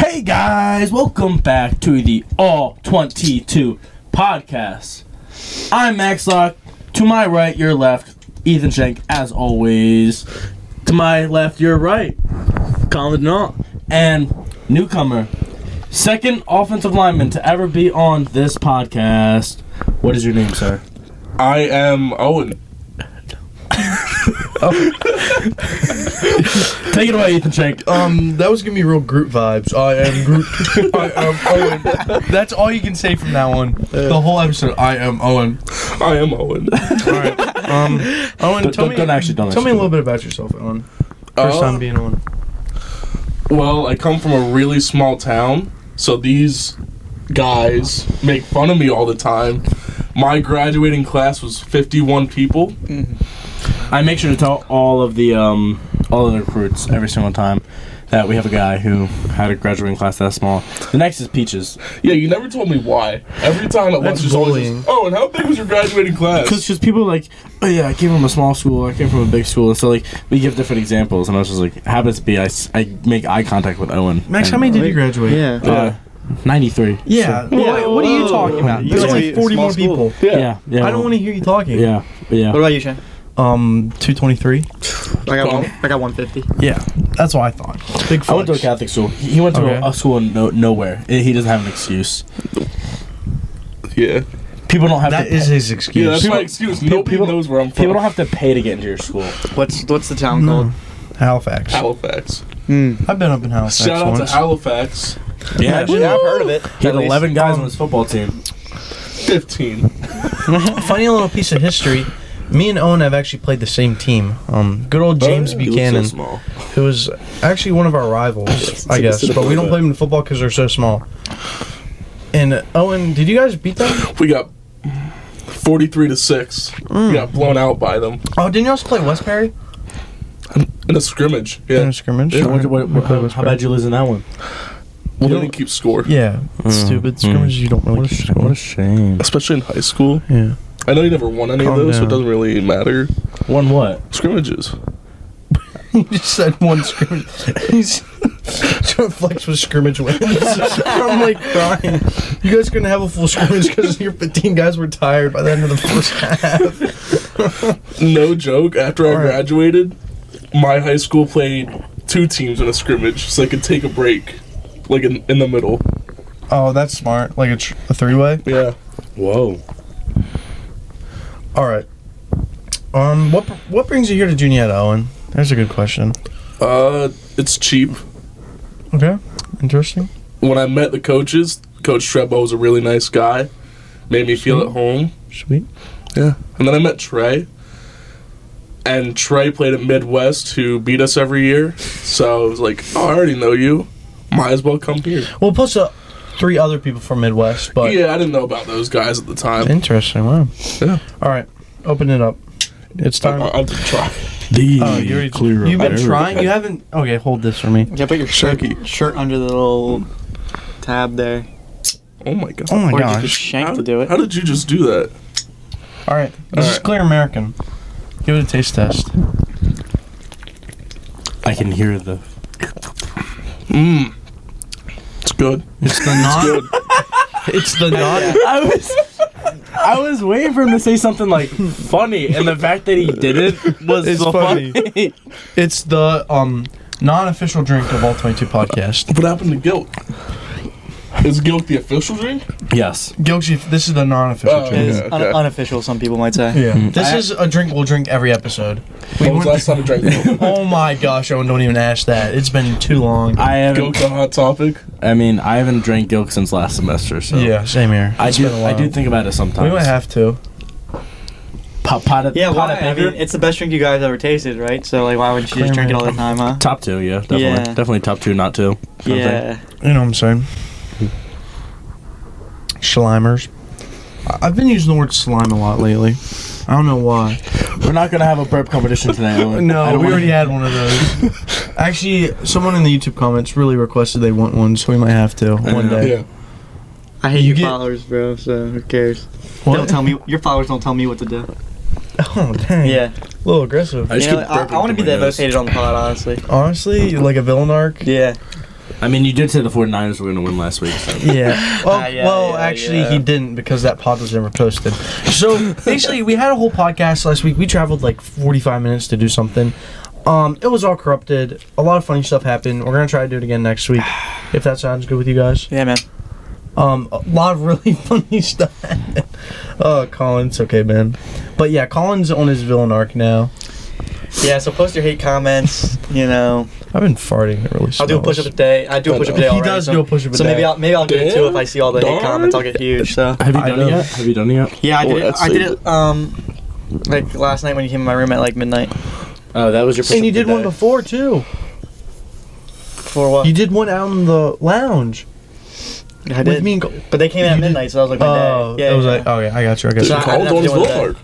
Hey guys, welcome back to the All 22 podcast. I'm Max Lock. To my right, your left, Ethan Shank, as always. To my left, your right, Colin Denault. And newcomer, second offensive lineman to ever be on this podcast. What is your name, sir? I am Owen. Take it away, Ethan Shank. Um, that was giving me real Groot vibes. I am Groot. I am Owen. That's all you can say from now on. The whole episode. I am Owen. I am Owen. All right. Um, Don't- Owen, tell don't- me. don't actually- don't tell actually. me a little bit about yourself, Owen. First Uh, time being on. well, I come from a really small town, so these guys make fun of me all the time. My graduating class was 51 people. I make sure to tell all of the um, all of the recruits every single time that we have a guy who had a graduating class that small. The next is Peaches. Yeah, you never told me why. Every time at That's lunch, it's always bullying. just, oh, and how big was your graduating class? Because people are like, oh yeah, I came from a small school, I came from a big school, and so like we give different examples, and I was just like, happens to be I, s- I make eye contact with Owen. Max, how many did you graduate? Yeah. Uh, Ninety three. Yeah. Yeah. What, what are you Whoa. talking about? You There's gotta only be 40 small more school. people. Yeah. Yeah. I don't want to hear you talking. Yeah. Yeah. What about you, Shane? Um, 223. I got Well- one, I got 150. Yeah. That's what I thought. Big flex. I went to a Catholic school. He he went to Okay. a, a school in no, nowhere. I- He doesn't have an excuse. yeah. People don't have That to. is his Yeah, that's excuse. my excuse. Nobody people- knows where I'm from. people don't have to pay to get into your school. What's what's the town No. called? Halifax. Halifax. Mm. I've been up in Halifax Shout out to once. Halifax. Yeah. Actually, I've heard of it. He had at least. 11 guys on his football team. 15. Funny little piece of history. Me and Owen have actually played the same team. Um, good old James Oh, you look so Buchanan, small. who was actually one of our rivals, I Take a guess, sip of but we don't that. play them in football because they're so small. And uh, Owen, did you guys beat them? We got 43 to 6. Mm. We got blown out by them Oh, didn't you also play Westbury in a scrimmage. in Yeah. a scrimmage? Yeah, What- what- We played how, how Westbury. about you losing that one? Well, You they didn't keep score. Yeah, stupid scrimmages. You don't really keep score. shame. Especially in high school. Yeah, I know you never won any Calm of those, so down. it doesn't really matter. One what? Scrimmages. you just said one scrimmage. He's trying to flex with scrimmage wins. I'm like crying. You guys couldn't have a full scrimmage because your 15 guys were tired by the end of the first half. No joke. After I Alright. graduated, my high school played two teams in a scrimmage so they could take a break. Like in, in the middle. Oh, that's smart. Like a, tr- a three way. Yeah. Whoa. All right. Um, what what brings you here to Junietta, Owen? There's a good question. Uh, it's cheap. Okay, interesting. When I met the coaches, Coach Trebo was a really nice guy. Made me feel at Mm-hmm. home. Sweet. Yeah. And then I met Trey. And Trey played at Midwest, who beat us every year. So I was like, oh, I already know you. Might as well come here. Well, plus uh, three other people from Midwest, but yeah, I didn't know about those guys at the time. interesting. Wow. Yeah. Uh, All right, open it up. It's I, time. I, I have to try. The Oh, you already- clear You've been trying. You haven't. Okay, hold this for me. Yeah, put your shirt Shanky. shirt under the little tab there. Oh my god. Oh my or you could gosh. shank how, to do it. How did you just do that? All right, this is right. clear American. Give it a taste test. I can hear the. Mmm. It's good. It's the non. it's the non. I was. I was waiting for him to say something like funny, and the fact that he didn't was It's so funny. It's the um non-official drink of all twenty-two podcast. What happened to guilt? Is guilt the official drink? yes. Guilty. This is the non-official Oh, drink. It is Okay, un- okay. unofficial, some people might say. Yeah. This I- is a drink we'll drink every episode. When was the last time I drank guilt? oh my gosh, Owen, don't even ask that. It's been too long. I Guilt's haven't. a hot topic. I mean, I haven't drank Gilk since last semester, so yeah, same here. I It's do. been a I while. do think about it sometimes. We might have to. pot, pot of, Yeah, pot why? of I vinegar. mean, it's the best drink you guys ever tasted, right? So like, why would you just drink it all the time, huh? top two, yeah, definitely, Yeah. definitely top two, not two. kind of thing. Yeah. You know what I'm saying? Schlimers. I- I've been using the word slime a lot lately. I don't know why. We're not gonna have a burp competition today. Owen. I No, don't we wanna- already had one of those. Actually, someone in the YouTube comments really requested they want one, so we might have to one know. day. Yeah. I hate You your get- followers, bro. So who cares? What? Don't tell me your followers don't tell me what to do. Oh, dang. Yeah, A little aggressive. I you just know, keep Hmm. I, burping want to be through my that nose. vote hated on the pod, honestly. Honestly, like a villain arc. Yeah, I mean, you did say the 49ers were going to win last week. So. Yeah. Well, Ah, yeah, Oh, well yeah, actually, yeah. he didn't because that pod was never posted. So basically, we had a whole podcast last week. We traveled like 45 minutes to do something. Um, it was all corrupted. A lot of funny stuff happened. We're gonna try to do it again next week, if that sounds good with you guys. Yeah, man. Um, a lot of really funny stuff. happened. Oh, Colin's okay, man. But yeah, Colin's on his villain arc now. Yeah, so post your hate comments. You know, I've been farting. It really smells. I'll do a push up a day. I do a push up a day. He already, does so- do a push-up a So maybe day. I'll maybe I'll do it too if I see all the Darn. hate comments. I'll get huge. So Have you I done know. it yet? Have you done it yet? yeah, I Oh, did it. that's I did so it. Um, like last night when you came in my room at like midnight. Oh, that was your. And you did one before too. For what? You did one out in the lounge I did. with me and Col- But they came in You at did- midnight, so that was like my Oh, day. Yeah, it was yeah. like, oh yeah, I got you. I got Dude, So you. I- I'd Colin's have to on his deal with low that. card.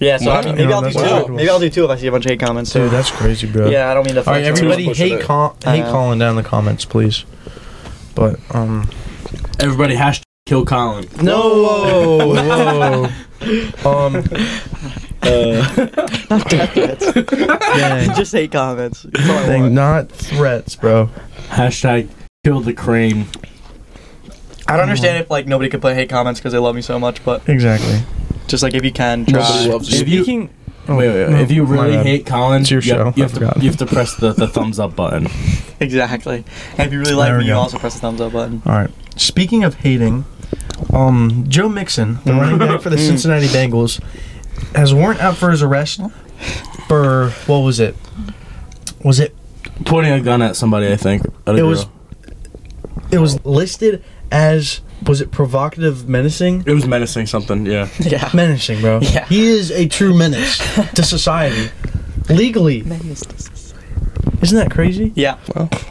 yeah. So Wow. I mean, maybe Yeah, I'll do that's two. wild. Maybe I'll do two if I see a bunch of hate comments. Dude, so- that's crazy, bro. yeah, I don't mean to. All right, flex on everybody, Push it hate out. Col- hate Uh, Colin down in the comments, please. But um, Everybody hashtag kill Colin. no, whoa, um, someone. Just hate comments. That's all I dang, want. not threats, bro. Hashtag kill the crane. I don't understand if like nobody could put hate comments because they love me so much, but Exactly. just like if you can, Nobody try. loves you. If you Oh, wait, wait, no, if you my really bad. hate Colin, It's your you, show. you I have to forgot. you have to press the, the thumbs up button. Exactly. And if you really like There we me, you go. also press the thumbs up button. All right. Speaking of hating, um, Joe Mixon, the running back for the Cincinnati Bengals, has a warrant out for his arrest for what was it? Was it? Pointing a gun at somebody, I think. at a It was. girl. It was listed as was it provocative, menacing? It was menacing something. Yeah. Yeah. menacing, bro. Yeah. He is a true menace to society. Legally. Isn't that crazy? Yeah.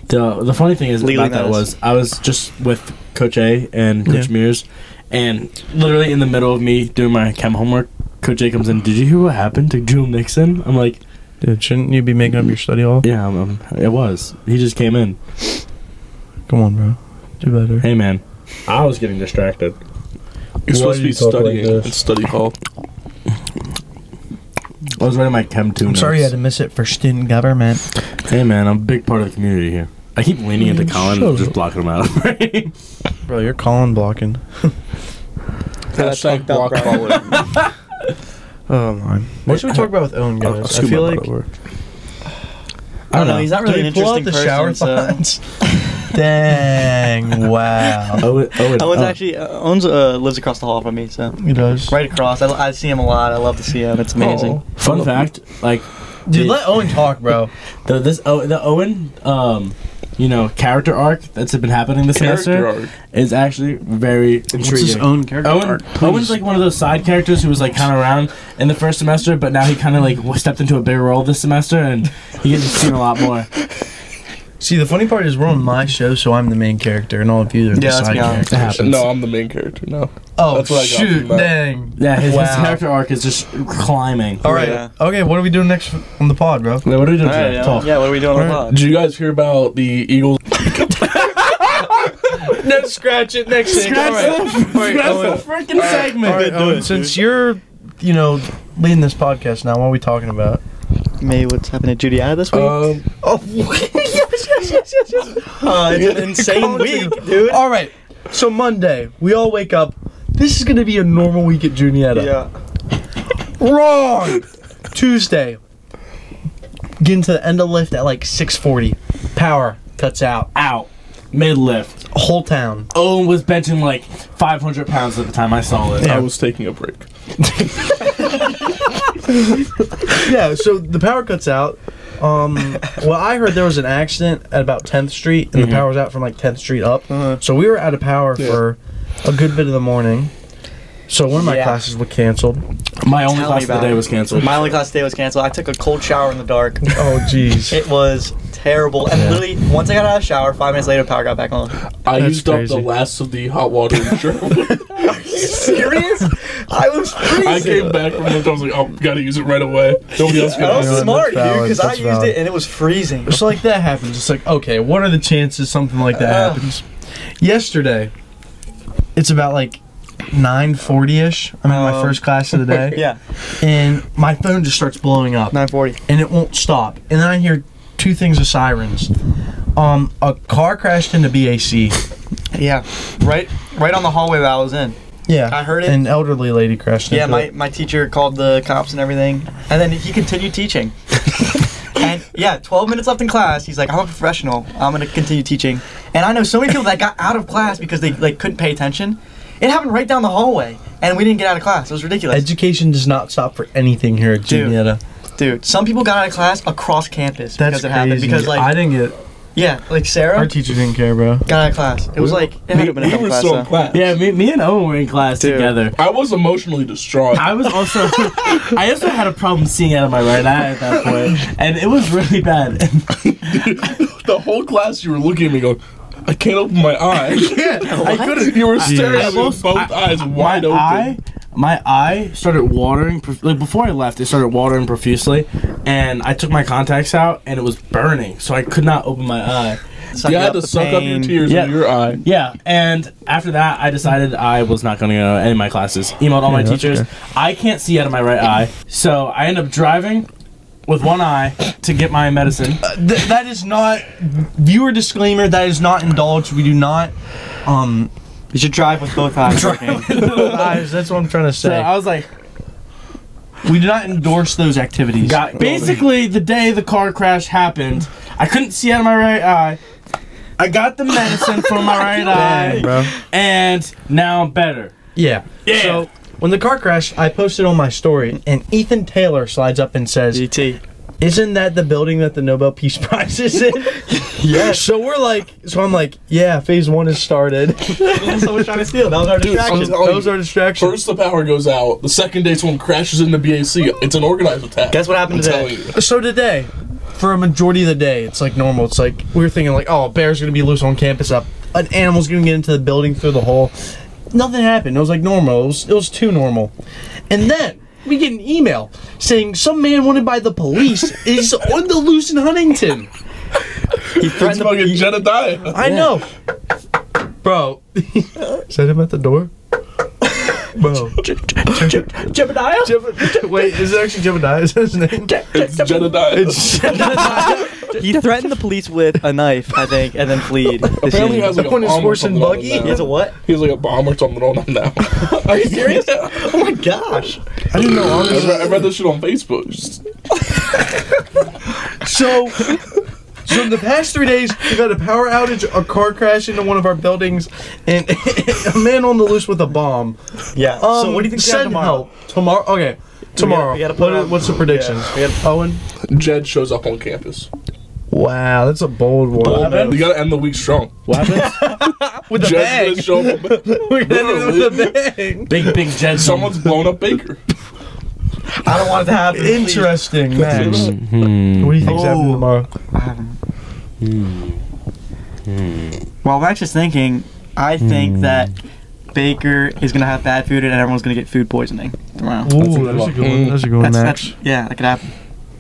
The the funny thing is Legally about that menaced. was I was just with Coach A and Coach Yeah. Mears, and literally in the middle of me doing my chem homework, Coach A comes in. Did you hear what happened to Joe Mixon? I'm like, Dude, shouldn't you be making up your study hall? yeah, I'm, I'm- it was. He just came in. Come on, bro. Do better. Hey man, I was getting distracted. You're supposed to Why be do you talk like studying this? in study hall. I was writing my chem two. I'm sorry you had notes. to miss it for student government. Hey man, I'm a big part of the community here. I keep leaning into Man, Colin, shut and just up. blocking him out. Bro, you're calling blocking. that's Hashtag fucked up, block bro. following. Oh my. What should we talk about with Owen, I'll- I'll guys? I scoot feel my like. butt over. I don't know. He's not really an Did we pull out interesting the person. shower so- thoughts? Dang! Wow. Owen, Owen, Owen's oh. actually uh, Owens uh, lives across the hall from me, so He does. right across. I, I see him a lot. I love to see him. It's amazing. Oh. Fun fact, like Dude, let Owen talk, bro. the this oh, the Owen, um, you know, character arc that's been happening this Character semester arc. is actually very intriguing. own character? Owen, Owen's like one of those side characters who was like kind of around in the first semester, but now he kind of like w- stepped into a bigger role this semester, and he gets seen a lot more. See, the funny part is we're on my show, so I'm the main character, and all of you are the Yeah, let's side be honest. characters. It happens. No, I'm the main character now. Oh That's what I got from shoot! that. Dang. Yeah, his, his Wow. Oh. character arc is just climbing. All right. Yeah. Okay. What are we doing next on the pod, bro? Wait, what are we doing All right, today? yeah. Talk. yeah, what are we doing on the pod? Did you guys hear about the Eagles? No, scratch it. Next. freaking segment. since you're, you know, leading this podcast now, what are we talking about? May what's happened to Judiana this week? Um, Oh, yes, yes, yes, yes, yes. Uh, it's an insane week, dude. All right. So Monday, we all wake up. This is gonna be a normal week at Junietta. Yeah. Wrong. Tuesday. Getting to the end of lift at like 6:40. Power cuts out. Out mid lift. Whole town. Owen was benching like 500 pounds at the time I saw it. I was taking a break. yeah, so the power cuts out. Um, well, I heard there was an accident at about 10th Street, and the power was out from like 10th Street up. Uh-huh. So we were out of power Yeah. for a good bit of the morning. So one of my Yeah. classes was canceled. My only Tell class me of the about day it. was canceled. My only class today was canceled. I took a cold shower in the dark. Oh, jeez. It was terrible. And literally, once I got out of the shower, five minutes later, power got back on. I That's used crazy. up the last of the hot water in Germany. Serious? I was freezing. I came back from it. I was like, oh, gotta use it right away. Nobody else I got was Yeah, it. smart, dude, that's valid, because I that's used valid. it and it was freezing. So like that happens. It's like, okay, what are the chances something like that Ugh. happens? Yesterday, it's about like 9.40ish. I'm in my Um, first class of the day. Yeah, And my phone just starts blowing up. 940. and it won't stop. And then I hear two things of sirens. Um, a car crashed into BAC. Yeah, right, right on the hallway that I was in. Yeah, I heard it. An elderly lady crashed Yeah, into my, it. my teacher called the cops and everything, and then he continued teaching. and yeah, 12 minutes left in class. He's like, "I'm a professional. I'm gonna continue teaching." And I know so many people that got out of class because they like couldn't pay attention. It happened right down the hallway, and we didn't get out of class. It was ridiculous, Education does not stop for anything here at Dude, Juniata. dude. Some people got out of class across campus because it happened. Because like, I didn't get. yeah, like Sarah Our teacher didn't care, bro. got out of class. It was like it had We, to been a we couple were class. still in though. class. Yeah, me, me and Owen were in class Dude. together. I was emotionally distraught. I was also, I also had a problem seeing out of my right eye at that point, and it was really bad. the whole class, you were looking at me going, I can't open my eye. Yeah, I couldn't. You were staring I at me with almost- both I- eyes wide my open. Eye, my eye started watering. prof- Like before I left, it started watering profusely, and I took my contacts out, and it was burning, so I could not open my eye. Sucking you had up to the suck up your pain. tears Yeah. in your eye. Yeah, and after that, I decided I was not going to go to any of my classes. Emailed all my Yeah, that's teachers. fair. I can't see out of my right eye, so I end up driving with one eye to get my medicine. Th- that is not viewer disclaimer. That is not indulged. We do not. Um, You should drive with both eyes. open. guys, that's what I'm trying to So say. I was like, we do not endorse those activities. got basically the day the car crash happened. I couldn't see out of my right eye. I got the medicine from my right eye. bro. and now I'm better. Yeah. Yeah. So when the car crashed, I posted on my story, and Ethan Taylor slides up and says, GT. "Isn't that the building that the Nobel Peace Prize is in?" yeah. So we're like, so I'm like, yeah, phase one has started. Someone trying to steal. That was our Dude, I'm distraction. telling Those you, are distractions. First, the power goes out. The second day, someone crashes into BAC. It's an organized attack. Guess what happened I'm today? telling you. So today, for a majority of the day, it's like normal. It's like we were thinking like, oh, a bear's gonna be loose on campus. Up, an animal's gonna get into the building through the hole. Nothing happened. It was like normal. It was, it was too normal. And then we get an email saying some man wanted by the police is on the loose in Huntington. He It's threatened the fucking Jedediah. I know, bro. Is that him at the door? Bro, Jebediah? Jeb- wait, is it actually Jebediah? Is that his name? It's Jedediah. He threatened the police with a knife, I think, and then fled. Apparently, he has like a Up on his bomb horse or and something on buggy? him now. He has a what? He has like a bomb or something on him now. Are you serious? I Oh my gosh. I didn't know. honestly. read, I read this shit on Facebook. Just- So, so in the past three days, we've had a power outage, a car crash into one of our buildings, and a man on the loose with a bomb. Yeah. Um, so what do you think send help tomorrow? Okay, tomorrow. we gotta put What it i- on- what's the prediction? yeah, we gotta- Owen. Jed shows up on campus. Wow, that's a bold one. You gotta end the week strong. What happens? With a Jed's bang. gonna show up. We're gonna end it with a bang. big big Jed. Someone's blown up Baker. I don't want it to happen. please. Interesting, Hmm, Max. What do you think's happening Oh. tomorrow? Um, Hmm. Well, Max is thinking, I think that Baker is going to have bad food and everyone's going to get food poisoning tomorrow. a good one. Mm. That's a good That's, that's, yeah, that could happen.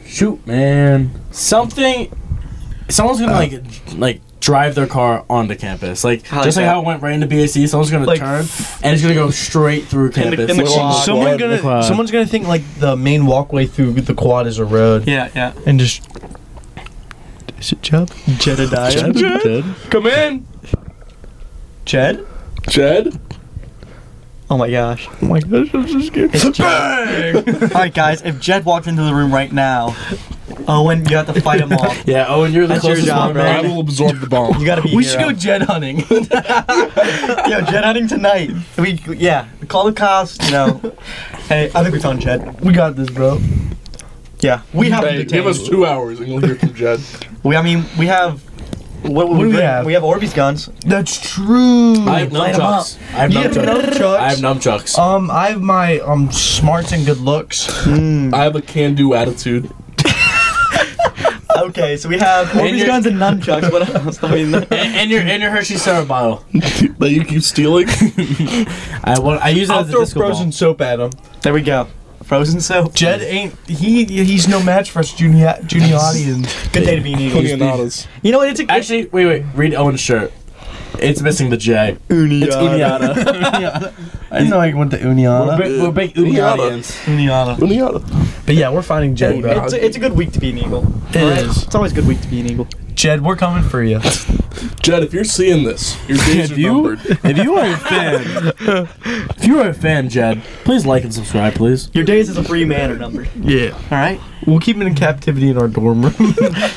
Shoot, man. Something. Someone's Oh. gonna like like drive their car onto campus, like I like just like that. how it went right into BAC. Someone's gonna Like- turn and it's gonna go straight through In the- campus. in the quad. Yeah, Someone in the gonna, quad. someone's gonna think like the main walkway through the quad is a road, Yeah, yeah. and just is it Chubb? Jedediah. Come in, Jed? Jed. Oh my gosh. Oh my gosh, I'm so scared. All right, guys, if Jed walked into the room right now, Owen, you have to fight him off. Yeah, Owen, you're the That's your closest job, one, bro. I man. will absorb the bomb. You gotta be. a We should hero. go jet hunting. Yo, Jed hunting tonight. We yeah, call the cops. You know, hey, I think we found Jed. we got this, bro. Yeah, we have. Hey, Hey, give us two hours and you'll hear from Jed. We I mean we have. What, What we, do we bring? have? We have Orbeez guns. That's true. I have Light 'em up. nunchucks. I have you have nunchucks. nunchucks. I have nunchucks. um, I have my um smarts and good looks. I have a can-do attitude. Okay, so we have And Orbeez your- guns and nunchucks. What else? I mean, And, and your and your Hershey syrup bottle. that you keep stealing. I want. I use it I'll as a throw disco ball. frozen soap at him. there we go. Frozen soap. Jed ain't he? He's no match for us, junior junior audience. Good day to be an Eagle. Unianadas. You know what? It's a Actually, wait, wait. Read Owen's shirt. It's missing the J. It's Uniana. I didn't know I went to we're, Uniana. big, we're big Uni Uniana. audience. Uniana. Uniana. But yeah, we're finding Jed, bro. It's a, it's a good week to be an Eagle. It is. It's always a good week to be an Eagle. Jed, we're coming for you. Jed, if you're seeing this, your days are If you, numbered. if you are a fan, if you are a fan, Jed, please like and subscribe, please. Your days as a free man are numbered. Yeah. All right. We'll keep him in captivity in our dorm room.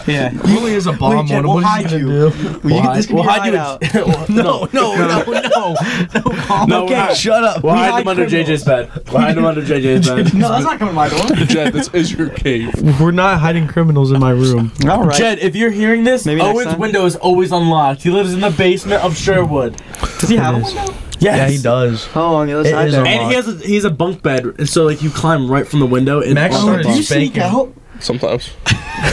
Yeah. really is a bomb on Jed, him. we'll What is he hide gonna you. do? Well, you can- this can We'll be your hide- we'll hide hideout. you in- No, Oh, no, no, no. No, we're not. Shut up. We'll hide hide him under criminals. JJ's bed. We'll hide him under JJ's bed. No, that's not coming to my door. Jed, this is your cave. We're not hiding criminals in my room. All right. Jed, if you're hearing this, Maybe next Owen's time. window is always unlocked. He lives in the basement of Sherwood. does he have a It is. window? Yes. Yeah, he does. Oh, on the other It side is there. a- And he has a he has a bunk bed, and so like you climb right from the window. And Max Oh, started do you spanking. sneak out? Sometimes.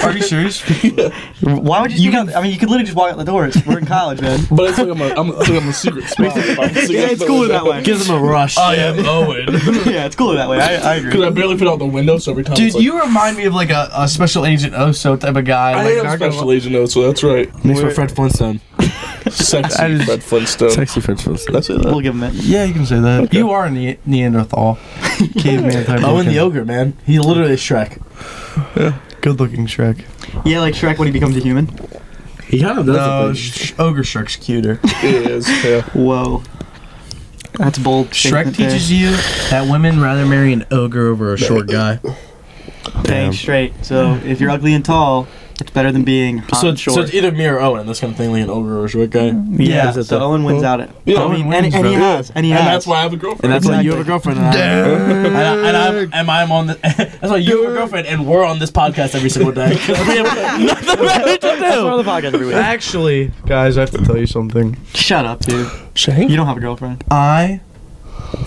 Are you serious? Why would you sneak out? I mean, you could literally just walk out the door. It's, we're in college, man. But it's like I'm a, I'm a, it's like I'm a secret spot. yeah, it's cooler that way. gives him a rush. I am Owen. yeah, it's cooler that way. I, uh, I Because I agree. barely fit out the window, so every time Dude, it's like, you remind me of like a, a special agent Oso type of guy. I like, am not gonna special agent though, so that's right. Next for Fred Flintstone. Sexy I just- Fred Flintstone. Sexy Fred Flintstone. That's it. We'll give him it. lie. Yeah, you can say that. You are a ne- Neanderthal, caveman type. Owen Oh, the looking- ogre, man. He literally is Shrek. good looking Shrek. Yeah, like Shrek when he becomes a human. He kind of does. No, it, sh- ogre Shrek's cuter. It is. Yeah. Whoa. That's bold. Shrek teaches you that women rather marry an ogre over a short guy. Dang Damn. straight. So if you're ugly and tall, it's better than being but- hot so, and so short. it's either me or Owen. That's kind of thing, like an ogre or a Shrek guy. And yeah. is it So though? Owen wins out. It. Yeah, I mean, Owen and, wins, and he bro. has. And he And has. that's why I have a girlfriend. that's why you have a Exactly. girlfriend. And I, And, I, and I'm, and I'm on the. That's why you have a girlfriend, and we're on this podcast every single day. 'Cause we have nothing better to That's do. part of the podcast every week. Actually, guys, I have to tell you something. Shut up, dude. Shane? You don't have a girlfriend. I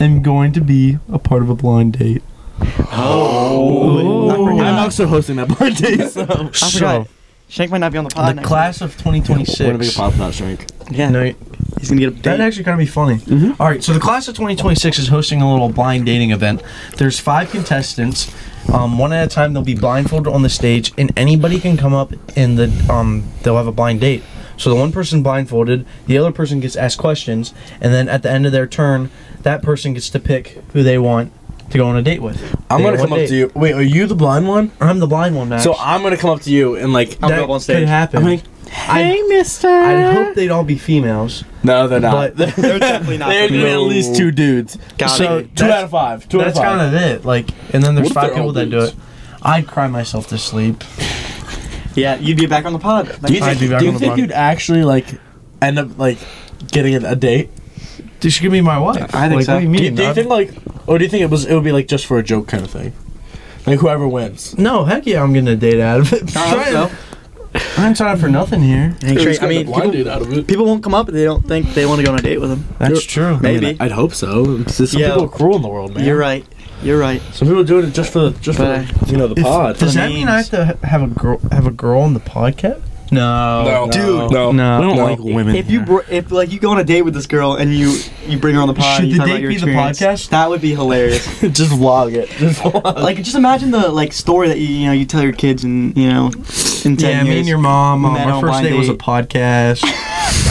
am going to be a part of a blind date. Oh, I forgot. I'm also hosting that birthday. So. I forgot. Shank might not be on the pod. the next class of We're gonna make a 2026. pop, not shrink. week. Yeah. No, He's gonna get a That'd date. actually kind of be funny. Mhm. All right, so the class of 2026 is hosting a little blind dating event. There's five contestants. Um, one at a time, they'll be blindfolded on the stage, and anybody can come up and the um, they'll have a blind date. So the one person blindfolded, the other person gets asked questions, and then at the end of their turn, that person gets to pick who they want to go on a date with. I'm They gonna get one come up date. to you. Wait, are you the blind one? I'm the blind one, Max. So I'm gonna come up to you and like. I'll that go up on could stage. happen. I'm like, hey, mister. I hope they'd all be females. No, they're not. But- They're definitely not. They're gonna be- at least two dudes. Got so it. two That's- out of five. Two out of That's five. kind of it. Like, and then What there's if five they're all people that do dudes? it. I'd cry myself to sleep. Yeah, you'd be back on the pod. do you I'd think, be back do you on the think front. you'd actually like end up like getting a, a date? Dude, she could be my wife. I think like, so. What do you Do mean? you, do you I'd- think like, or do you think it was it would be like just for a joke kind of thing? Like whoever wins. no, heck yeah, I'm getting a date out of it. I Trying- hope so. I'm trying for nothing here. Dang straight. I mean, blinded people, out of it. people won't come up if they don't think they want to go on a date with him. That's true. I mean, Maybe. I'd hope so. There's Some Yeah. people are cruel in the world, man. You're right. You're right. Some people are doing it just for the just for But the, you know the pod. Does the that mean I have to memes. ha- have a girl have a girl on the podcast? No. Dude. No. No. I don't No. like women. If you br- if like you go on a date with this girl and you you bring her on the pod, Should and you the talk about date your be the experience, podcast? That would be hilarious. just vlog it. Just vlog. like just imagine the like story that you you know you tell your kids and you know in ten Yeah, years. me and your mom. Um, Met our on first blind date was a date. podcast.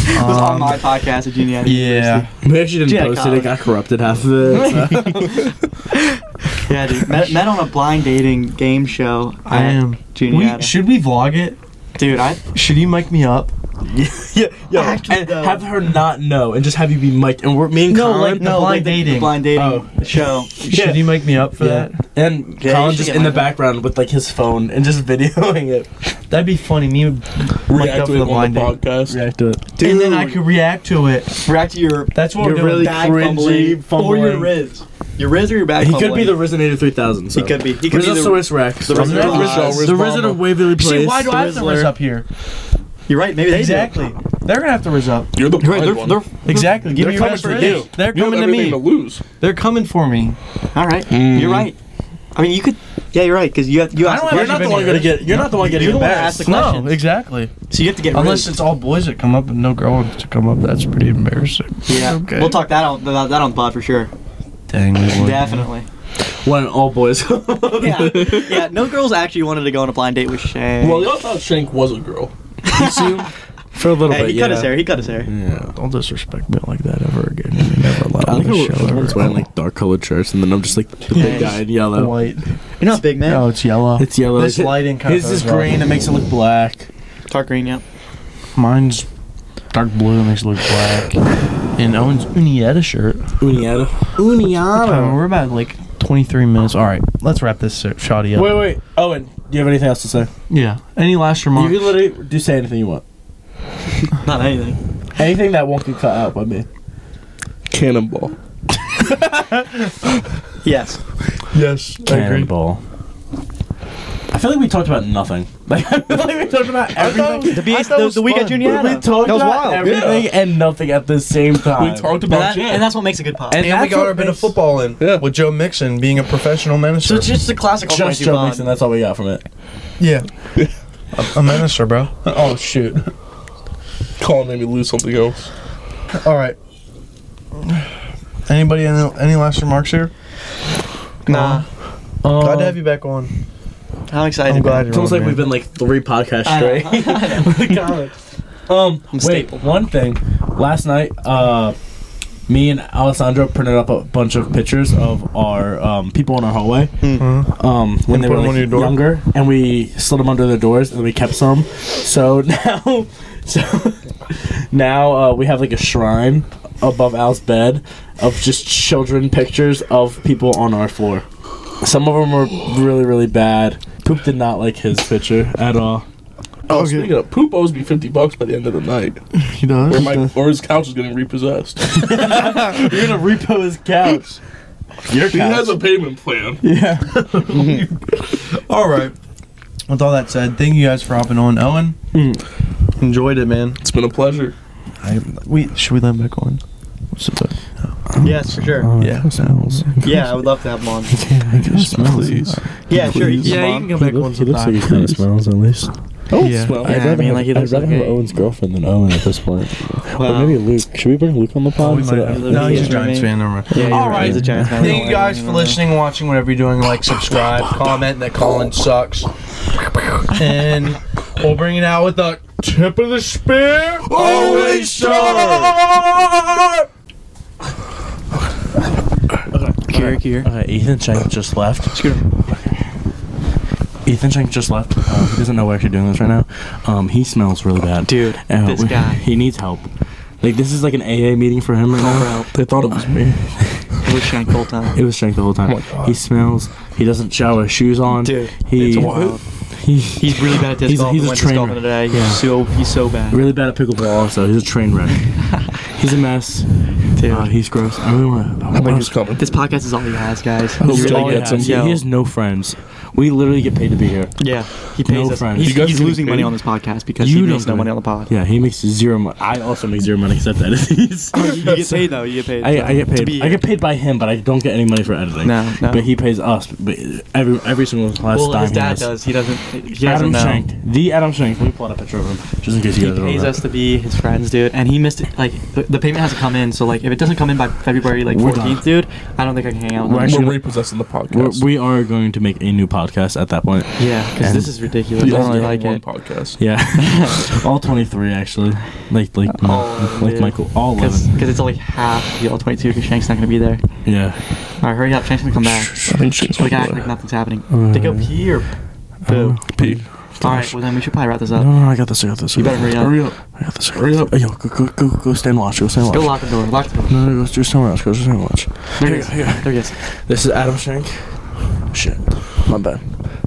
It was on um, my podcast at Juniata yeah. We actually didn't Yeah, post it. college. It got corrupted half of it. so. University. Yeah, dude. Met, met on a blind dating game show. I at am. We, Juniata. should we vlog it? dude, I Should you mic me up? yeah, yo, Actually, and though- have her not know and just have you be mic'd and we're me and No, Colin like, no blind like the- dating. The blind dating Oh. show. Yeah. Should you mic me up for Yeah. and Yeah, you Colin should just get in the mic'd up. background with like his phone and just videoing it. that? That'd be funny. Me mic React up to for it the on blind the date. podcast. React to it. Dude, And then I could react to it. react to your That's what You're we're doing. really bag cringy, fumbling, or your fumbling. Riz. Your Riz or your bag He fumbling. could be the Resonator 3000. So. He could be. He could be the- Resosaurus Rex. the From Wizard of Riz- Oz. The Wizard of Waverly Place. See, why do I have to Twizzler. rizz up here? You're right. Maybe they do. Exactly. They're gonna have to rizz up. You're the You're blind right. They're, one. they're, Exactly. Give They're me your coming best for rizz. you. They're You have coming to everything me. to lose. They're coming for me. all right. You're right. I mean, you could. Yeah, you're right. Because you have. You I have don't to, You're have not Actually, the one maybe gonna get. You're not the one getting You're the one that asked embarrassed. the Questions. No, exactly. so you have to get. Unless Riz. it's all boys that come up and no girl wants to come up, that's pretty embarrassing. Yeah. Okay. We'll talk that on that, that on the pod for sure. Dang, we would. Definitely. When all boys. Yeah. yeah. No girls actually wanted to go on a blind date with Shane. Well, y'all thought Shank was a girl. You see him? For a little hey, he cut his hair. He cut his hair. Yeah. Don't disrespect me like that ever again. You're never allowed I on like the how show everyone's ever. wearing like dark colored shirts, and then I'm just like the big guy in yellow. white. You're not big, man. No, it's yellow. It's yellow. This His- lighting kinda His is throws off. green. It makes it look black. Dark green. Yeah. Mine's dark blue makes it look black. And Owen's Unietta shirt. Uniata. Uh, Uniata. we're about like 23 minutes. All right, let's wrap this so- shoddy up. Wait, wait. Owen, do you have anything else to say? Yeah. Any last You remarks? can literally do say anything you want. Not anything. Anything that won't get cut out by me. Cannonball. Yes. Yes, I agree. Cannonball. I feel like we talked about nothing. Like I feel like we talked about everything. The beast, the, the week at Junior. We talked about everything and nothing at the same time. We talked And, about that, Jet. and that's what makes a good pod. And And we that's got what our bit of makes- football in Yeah. with Joe Mixon being a professional so menacer. it's just a classic. all the way Just through Joe pod. Mixon. That's all we got from it. yeah. a, a menacer, bro. oh shoot. Colin made me lose something else. All right. Anybody any, any last remarks here? Nah, glad to have you back on. I'm excited. I'm glad you're man. Um, It's almost on, like man. we've been like three podcasts I know. straight. With the comics. Um, I'm wait, staple. one thing. Last night, uh, me and Alessandro printed up a bunch of pictures of our um, people in our hallway Mhm. um, when And they put were them on like, your door? younger, and we slid them under their doors, and we kept some. So now, so now uh, we have like a shrine above Al's bed of just children pictures of people on our floor. Some of them were really, really bad. Poop did not like his picture at all. Oh, Okay. speaking of poop, owes me fifty bucks by the end of the night, or He does. my or his couch is getting repossessed. You're gonna repo his couch. Your he has couch. a payment plan. yeah. All right. With all that said, thank you guys for hopping on, Owen. Mm. Enjoyed it, man. It's been a pleasure. I, we should we let him back on? What's up? Yes, for Oh, sure. Yeah. Smells. Yeah, I would love to have him on. I guess smells. Please. Yeah, sure. you can Yeah, come you on. can come back on sometime. smells at least. Oh, Yeah. smell. Yeah, I mean, like, he looks like a- girlfriend than Owen at this point. Wow. Luke. Should we bring Luke on the pod? So that- Luke. No, he's a Yeah. Giants fan. Never mind. Yeah, All you're right. right. He's a Giants fan. Thank you guys for listening, watching, whatever you're doing. Like, subscribe, comment that Colin sucks, and we'll bring it out with the tip of the spear. Oh, Holy sharp! Here, here. Okay, Uh, Ethan Shank just left. Ethan Shank just left. Uh, he doesn't know we're actually doing this right now. Um, he smells really bad. Dude, Uh, this we- guy. He needs help. Like this is like an AA meeting for him right now. They thought it was me. Luke Shank whole time. It was Shank the whole time. Oh my God. he smells. He doesn't shower. his Shoes on. Dude, he it's wild. he He's really bad at disc He's a- golf. he's a He went disc golfing trainer. today. He's Yeah. so he's so bad. Really bad at pickleball, also. He's a train wreck. he's a mess. Dude. Uh, he's gross. I really want to. I think he's coming. this podcast is all he has, guys. hope He's Jay all he gets has. him. Yo. He has no friends. We literally get paid to be here. Yeah, he pays No us. friends. He's, You guys he's are losing getting money paid? on this podcast because You he makes don't no do money it. on the pod. Yeah, he makes zero money. I also make zero money except that he's. Oh, You get paid though. You get paid. I, I get To paid. be I get paid by him, but I don't get any money for editing. No, no. But he pays us. But every every single last well, time his he dad has. does. He doesn't. He Adam doesn't know. Shank, the Adam Shank. Let me pull out a picture of him, just in case you He guys don't pays know. us to be his friends, dude, and he missed it. Like the, the payment hasn't come in, so like if it doesn't come in by February like We're 14th, done. dude, I don't think I can hang out. We're With him. actually- We're repossessing the We're, podcast. we are going to make a new podcast at that point. Yeah, because And- this is ridiculous. We I don't only really have like one it. podcast. Yeah, all twenty three actually, like like Oh, like dude. Michael, all Because eleven. it's only half the all 22 because Shank's not going to be there. Yeah. All right, hurry up. Shank's going to come back. I think she's So we can act like nothing's happening. They go pee or boo. Pete. All right, well then we should probably wrap this up. No, no, no, I got this. I got this. You better hurry up. Hurry up. I got this. Hurry up. Yo, go, go, go, go. Stand watch. Go stand watch. Go lock the door. Lock the door. No, no, go do somewhere else. Go do somewhere else. There it is. There it is. This is Adam Shank. Shit, my bad.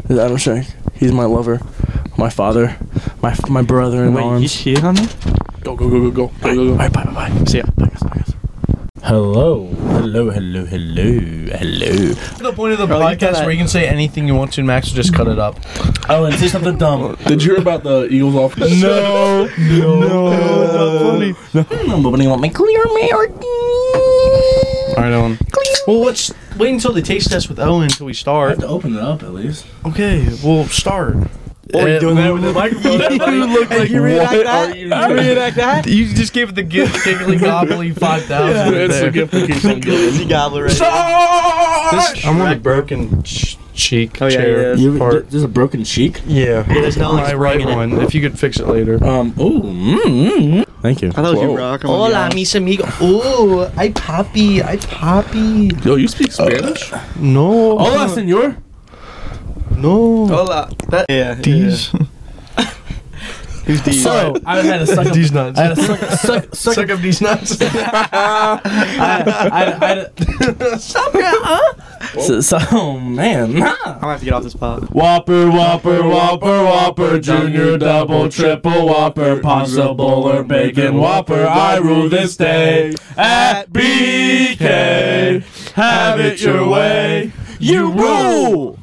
This is Adam Shank. He's my lover, my father, my my brother in Wait, arms. you cheated on me? Go, go, go, go, go. Go, go, go. Alright, bye, bye, bye. See ya. Hello, hello, hello, hello, hello. To the point of the Bro, you did podcast that. where you can say anything you want to, Max will just cut it up. Oh, and say something dumb. Did you hear about the Eagles offense? No, no, funny. Nobody want my clear mayor. All right, Owen. Well, let's wait until the taste test with Owen until we I start. have to open it up at least. Okay, we'll start. Oh, you doing that with the microphone? you look like you Reenact that? You reenact that? You just gave it the gift, giggly gobbly five thousand. It's the gift that keeps on giving. Easy gobbler right I'm on a broken ch- cheek. Oh yeah, chair You, part. there's a broken cheek. Yeah, Yeah, there's no, like, my right spring in it. one. If you could fix it later. Um. Oh. Mm, mm. Thank you. I thought it was you, Whoa. Rock. Hola, mis Oh, I poppy, I poppy. Yo, you speak Spanish? No, Hola, senor. no. Oh, Hola. That, yeah. These. Who's the So I had to suck up. These nuts. I had to suck, suck, suck, Suck up these nuts. I, I, I had to, so, so, oh man, I'm gonna have to get off this pot. Whopper, Whopper, Whopper, Whopper, Junior, Double, Triple Whopper, Possible or Bacon Whopper. I rule this day at BK. Have it your way. You rule.